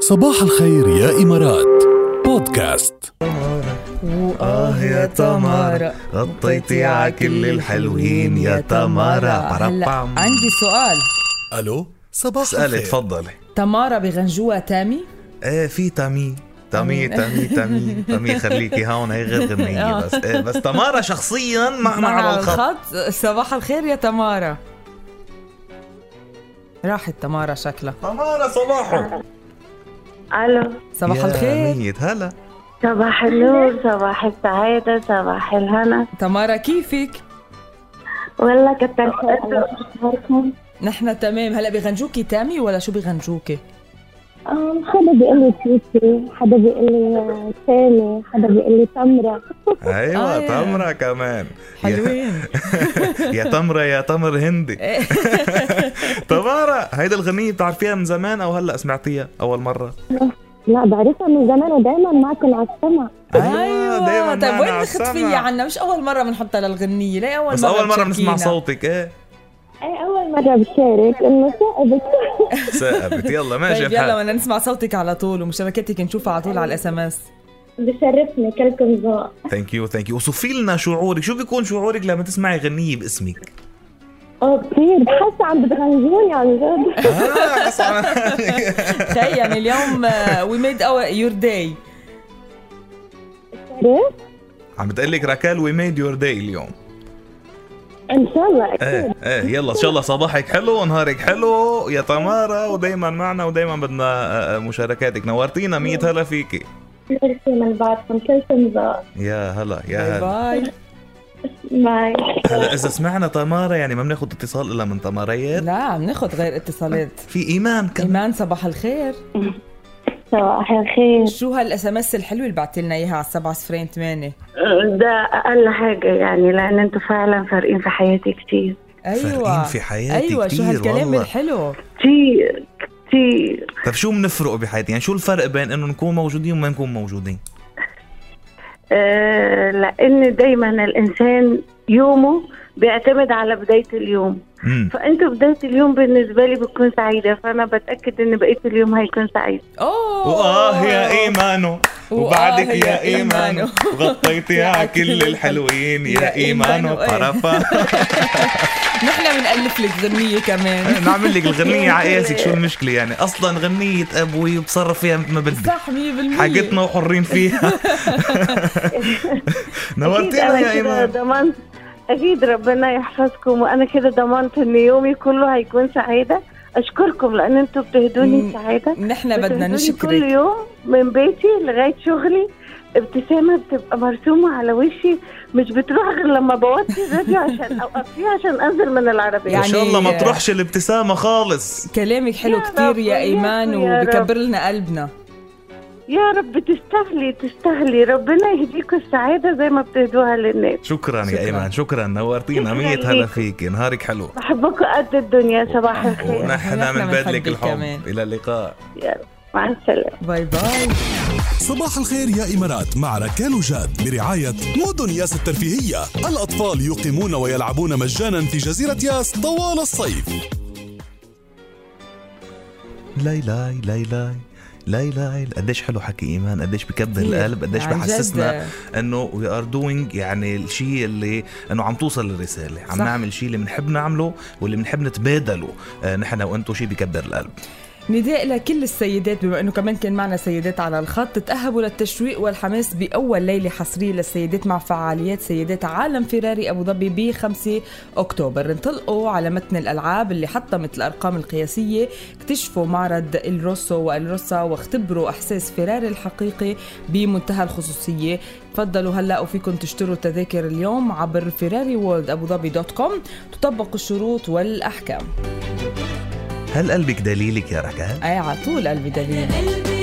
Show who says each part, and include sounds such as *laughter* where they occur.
Speaker 1: صباح الخير يا إمارات بودكاست
Speaker 2: آه يا تمارا غطيتي على كل الحلوين يا تمارا
Speaker 3: هلا
Speaker 2: بربعم.
Speaker 3: عندي سؤال
Speaker 1: ألو صباح
Speaker 2: اسألي
Speaker 1: الخير.
Speaker 2: تفضلي
Speaker 3: تمارا بغنجوها تامي؟
Speaker 2: ايه في تامي تامي تامي تامي تامي خليكي هون هي غير غنية
Speaker 3: *laughs* آه.
Speaker 2: بس إيه بس تمارا شخصيا معنا على الخط
Speaker 3: صباح الخير يا تمارا راحت تمارا شكلها
Speaker 2: تمارا صباحو
Speaker 4: الو
Speaker 3: *laughs* صباح
Speaker 2: يا
Speaker 3: الخير
Speaker 2: ميت هلا
Speaker 4: صباح النور صباح السعادة صباح الهنا
Speaker 3: تمارا كيفك؟
Speaker 4: والله كتر خير الله يسعدكم.
Speaker 3: نحن تمام هلا بغنجوكي تامي ولا شو بغنجوكي؟
Speaker 4: آه، حدا بيقول لي تيتي حدا بيقول لي تامي حدا بيقول لي تمرة
Speaker 2: ايوه
Speaker 3: آه.
Speaker 2: تمرا كمان يا,
Speaker 3: حلوين
Speaker 2: *laughs* يا تمرا يا تمر هندي
Speaker 3: إيه.
Speaker 2: *laughs* تمارا هيدا الغنية بتعرفيها من زمان او هلا سمعتيها اول مرة
Speaker 4: لا بعرفها من زمان ودايما معكم على السمع
Speaker 2: أيوة، دايماً
Speaker 3: طيب
Speaker 2: معنا
Speaker 3: وين
Speaker 2: على
Speaker 3: مختفية
Speaker 2: السمع.
Speaker 3: عنا؟ مش أول مرة بنحطها للغنية، ليه أول
Speaker 2: بس
Speaker 3: مرة
Speaker 2: اول مرة بنسمع
Speaker 3: بتشاركينا؟
Speaker 2: صوتك ايه
Speaker 4: اي اول مرة بشارك انه ثائبت
Speaker 2: ثاقبت يلا ماشي
Speaker 3: طيب يلا
Speaker 2: الحال
Speaker 3: بدنا نسمع صوتك على طول ومشاركتك نشوفها على طول على الاس ام اس
Speaker 4: *laughs* بشرفني كلكم ذوق
Speaker 2: ثانك يو ثانك يو وصفي لنا شعورك شو بيكون شعورك لما تسمعي غنية باسمك
Speaker 4: اه كثير بحس عم بتغنجوني عن جد
Speaker 2: آه، بس أنا-
Speaker 3: تخيل يعني اليوم وي ميد اور يور داي
Speaker 4: إيه؟
Speaker 2: *laughs* عم بتقول لك راكال وي ميد يور داي اليوم
Speaker 4: ان شاء الله
Speaker 2: ايه
Speaker 4: اكيد
Speaker 2: ايه يلا ان شاء الله صباحك حلو ونهارك حلو يا تمارا ودايما معنا ودايما بدنا آه، آه، مشاركاتك نورتينا ميت هلا فيكي
Speaker 4: ميرسي من بعضكم كلكم ذوق
Speaker 2: يا هلا
Speaker 3: باي
Speaker 2: يا هلا
Speaker 3: باي
Speaker 4: باي
Speaker 2: هلا اذا سمعنا تمارا يعني ما بناخذ اتصال الا من تماريات
Speaker 3: لا عم ناخذ غير اتصالات
Speaker 2: في ايمان كمان
Speaker 3: ايمان صباح الخير
Speaker 4: صباح الخير
Speaker 3: شو هالاس ام اس الحلوه اللي بعت لنا اياها على 7 صفرين 8
Speaker 4: ده اقل حاجه يعني لان انتوا فعلا فارقين في حياتي كتير
Speaker 3: ايوه
Speaker 2: فارقين في حياتي
Speaker 3: ايوه شو
Speaker 2: كتير
Speaker 3: هالكلام
Speaker 2: والله.
Speaker 3: الحلو
Speaker 4: كتير كتير
Speaker 2: طيب شو بنفرق بحياتي يعني شو الفرق بين انه نكون موجودين وما نكون موجودين
Speaker 4: آه لان دايما الانسان يومه بيعتمد على بدايه اليوم
Speaker 2: امم
Speaker 4: فانتوا بدايه اليوم بالنسبه لي بتكون سعيده فانا بتاكد ان بقيه اليوم هيكون سعيد
Speaker 3: اوه
Speaker 2: وآه يا إيمانو
Speaker 3: وآه
Speaker 2: وبعدك يا
Speaker 3: يا
Speaker 2: إيمانو
Speaker 3: إيمانو.
Speaker 2: غطيتي على كل الحلوين يا
Speaker 3: يا
Speaker 2: إيمانو
Speaker 3: إيمانو، إيه.
Speaker 2: طرفا
Speaker 3: نحن بنالف لك غنيه كمان
Speaker 2: *laughs* نعمل لك الغنية على قياسك شو المشكلة يعني أصلا غنية أبوي بصرف فيها مثل ما بدي
Speaker 3: صح 100%
Speaker 2: حاجتنا وحرين فيها *laughs* نورتينا
Speaker 4: أكيد
Speaker 2: يا
Speaker 4: أنا كده
Speaker 2: إيمان
Speaker 4: ضمنت اكيد ربنا يحفظكم وانا كده ضمنت ان يومي كله هيكون سعاده اشكركم لان انتوا بتهدوني
Speaker 3: مم.
Speaker 4: السعاده
Speaker 3: نحن بدنا
Speaker 4: بتنزلي كل
Speaker 3: نشكرك
Speaker 4: يوم من بيتي لغايه شغلي ابتسامه بتبقى مرسومه على وشي مش بتروح غير لما بوطي الراديو عشان *laughs* اوقفيه عشان انزل من العربيه
Speaker 2: إن
Speaker 3: يعني-
Speaker 2: شاء الله ما تروحش الابتسامة خالص
Speaker 3: كلامك حلو
Speaker 4: يا
Speaker 3: كتير
Speaker 4: رب،
Speaker 3: يا
Speaker 4: يا
Speaker 3: ايمان
Speaker 4: رب، يا
Speaker 3: وبكبر لنا قلبنا
Speaker 4: يا رب تستاهلي تستاهلي ربنا يهديكوا السعاده زي ما بتهدوها للناس
Speaker 2: شكرا يا
Speaker 3: شكراً.
Speaker 2: إيمان شكرا نورتينا
Speaker 4: شكراً
Speaker 2: ميت هلا
Speaker 4: ليك.
Speaker 2: فيكي نهارك حلو
Speaker 4: بحبكم قد الدنيا صباح الخير
Speaker 2: ونحن
Speaker 3: ونحن
Speaker 2: من بدلك
Speaker 3: بنحبك
Speaker 2: الحب
Speaker 3: كمان.
Speaker 2: إلى اللقاء
Speaker 4: يا رب مع السلامه
Speaker 3: باي باي
Speaker 1: صباح الخير يا إمارات مع ركال وجاد برعاية مدن ياس الترفيهية الأطفال يقيمون ويلعبون مجانا في جزيرة ياس طوال الصيف
Speaker 2: لاي لاي لاي لاي لاي لاي قديش حلو حكي ايمان قديش بكبر
Speaker 3: كتير.
Speaker 2: القلب قديش
Speaker 3: عن جد.
Speaker 2: بحسسنا انه وي ار دوينج يعني الشيء اللي انه عم توصل الرساله عم
Speaker 3: صح.
Speaker 2: نعمل شيء اللي بنحب نعمله واللي بنحب نتبادله آه نحن وانتم شيء بكبر القلب
Speaker 3: نداء لكل السيدات بما انه كمان كان معنا سيدات على الخط تاهبوا للتشويق والحماس باول ليله حصريه للسيدات مع فعاليات سيدات عالم فيراري ابو ظبي ب 5 اكتوبر انطلقوا على متن الالعاب اللي حطمت الارقام القياسيه اكتشفوا معرض الروسو والروسا واختبروا احساس فيراري الحقيقي بمنتهى الخصوصيه تفضلوا هلا وفيكم تشتروا التذاكر اليوم عبر فيراري وورلد ابو ظبي دوت كوم تطبق الشروط والاحكام
Speaker 2: هل قلبك دليلك يا ركال
Speaker 3: اي على طول قلبي دليل
Speaker 5: قلبي